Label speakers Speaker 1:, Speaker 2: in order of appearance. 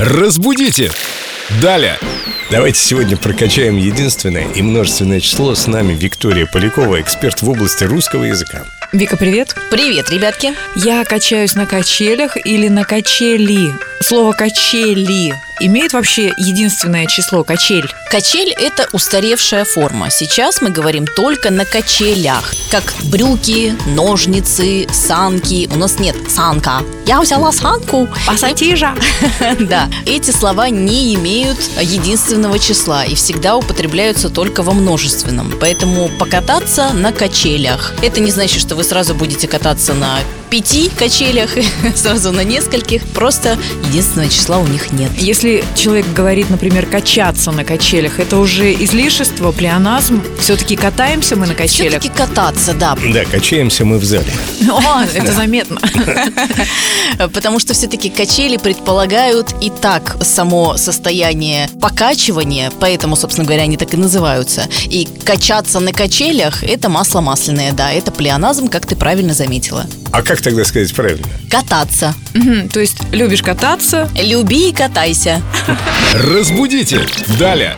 Speaker 1: Разбудите! Далее!
Speaker 2: Давайте сегодня прокачаем единственное и множественное число. С нами Виктория Полякова, эксперт в области русского языка.
Speaker 3: Вика, привет.
Speaker 4: Привет, ребятки.
Speaker 3: Я качаюсь на качелях или на качели. Слово качели имеет вообще единственное число качель.
Speaker 4: Качель – это устаревшая форма. Сейчас мы говорим только на качелях. Как брюки, ножницы, санки. У нас нет санка. Я взяла санку.
Speaker 3: Пассатижа.
Speaker 4: Да, эти слова не имеют единственного числа и всегда употребляются только во множественном. Поэтому покататься на качелях. Это не значит, что вы сразу будете кататься на пяти качелях, сразу на нескольких. Просто единственного числа у них нет.
Speaker 3: Если человек говорит, например, качаться на качелях, это уже излишество, плеоназм. Все-таки катаемся мы на качелях.
Speaker 4: Все-таки кататься, да.
Speaker 2: Да, качаемся мы в зале.
Speaker 3: О, это заметно.
Speaker 4: Потому что все-таки качели предполагают и так само состояние покачивания, поэтому, собственно говоря, они так и называются. И качаться на качелях – это масло масляное, да, это плеоназм, как ты правильно заметила.
Speaker 2: А как тогда сказать правильно?
Speaker 4: Кататься.
Speaker 3: Мгм, То есть любишь кататься,
Speaker 4: Люби и катайся.
Speaker 1: Разбудите! Далее!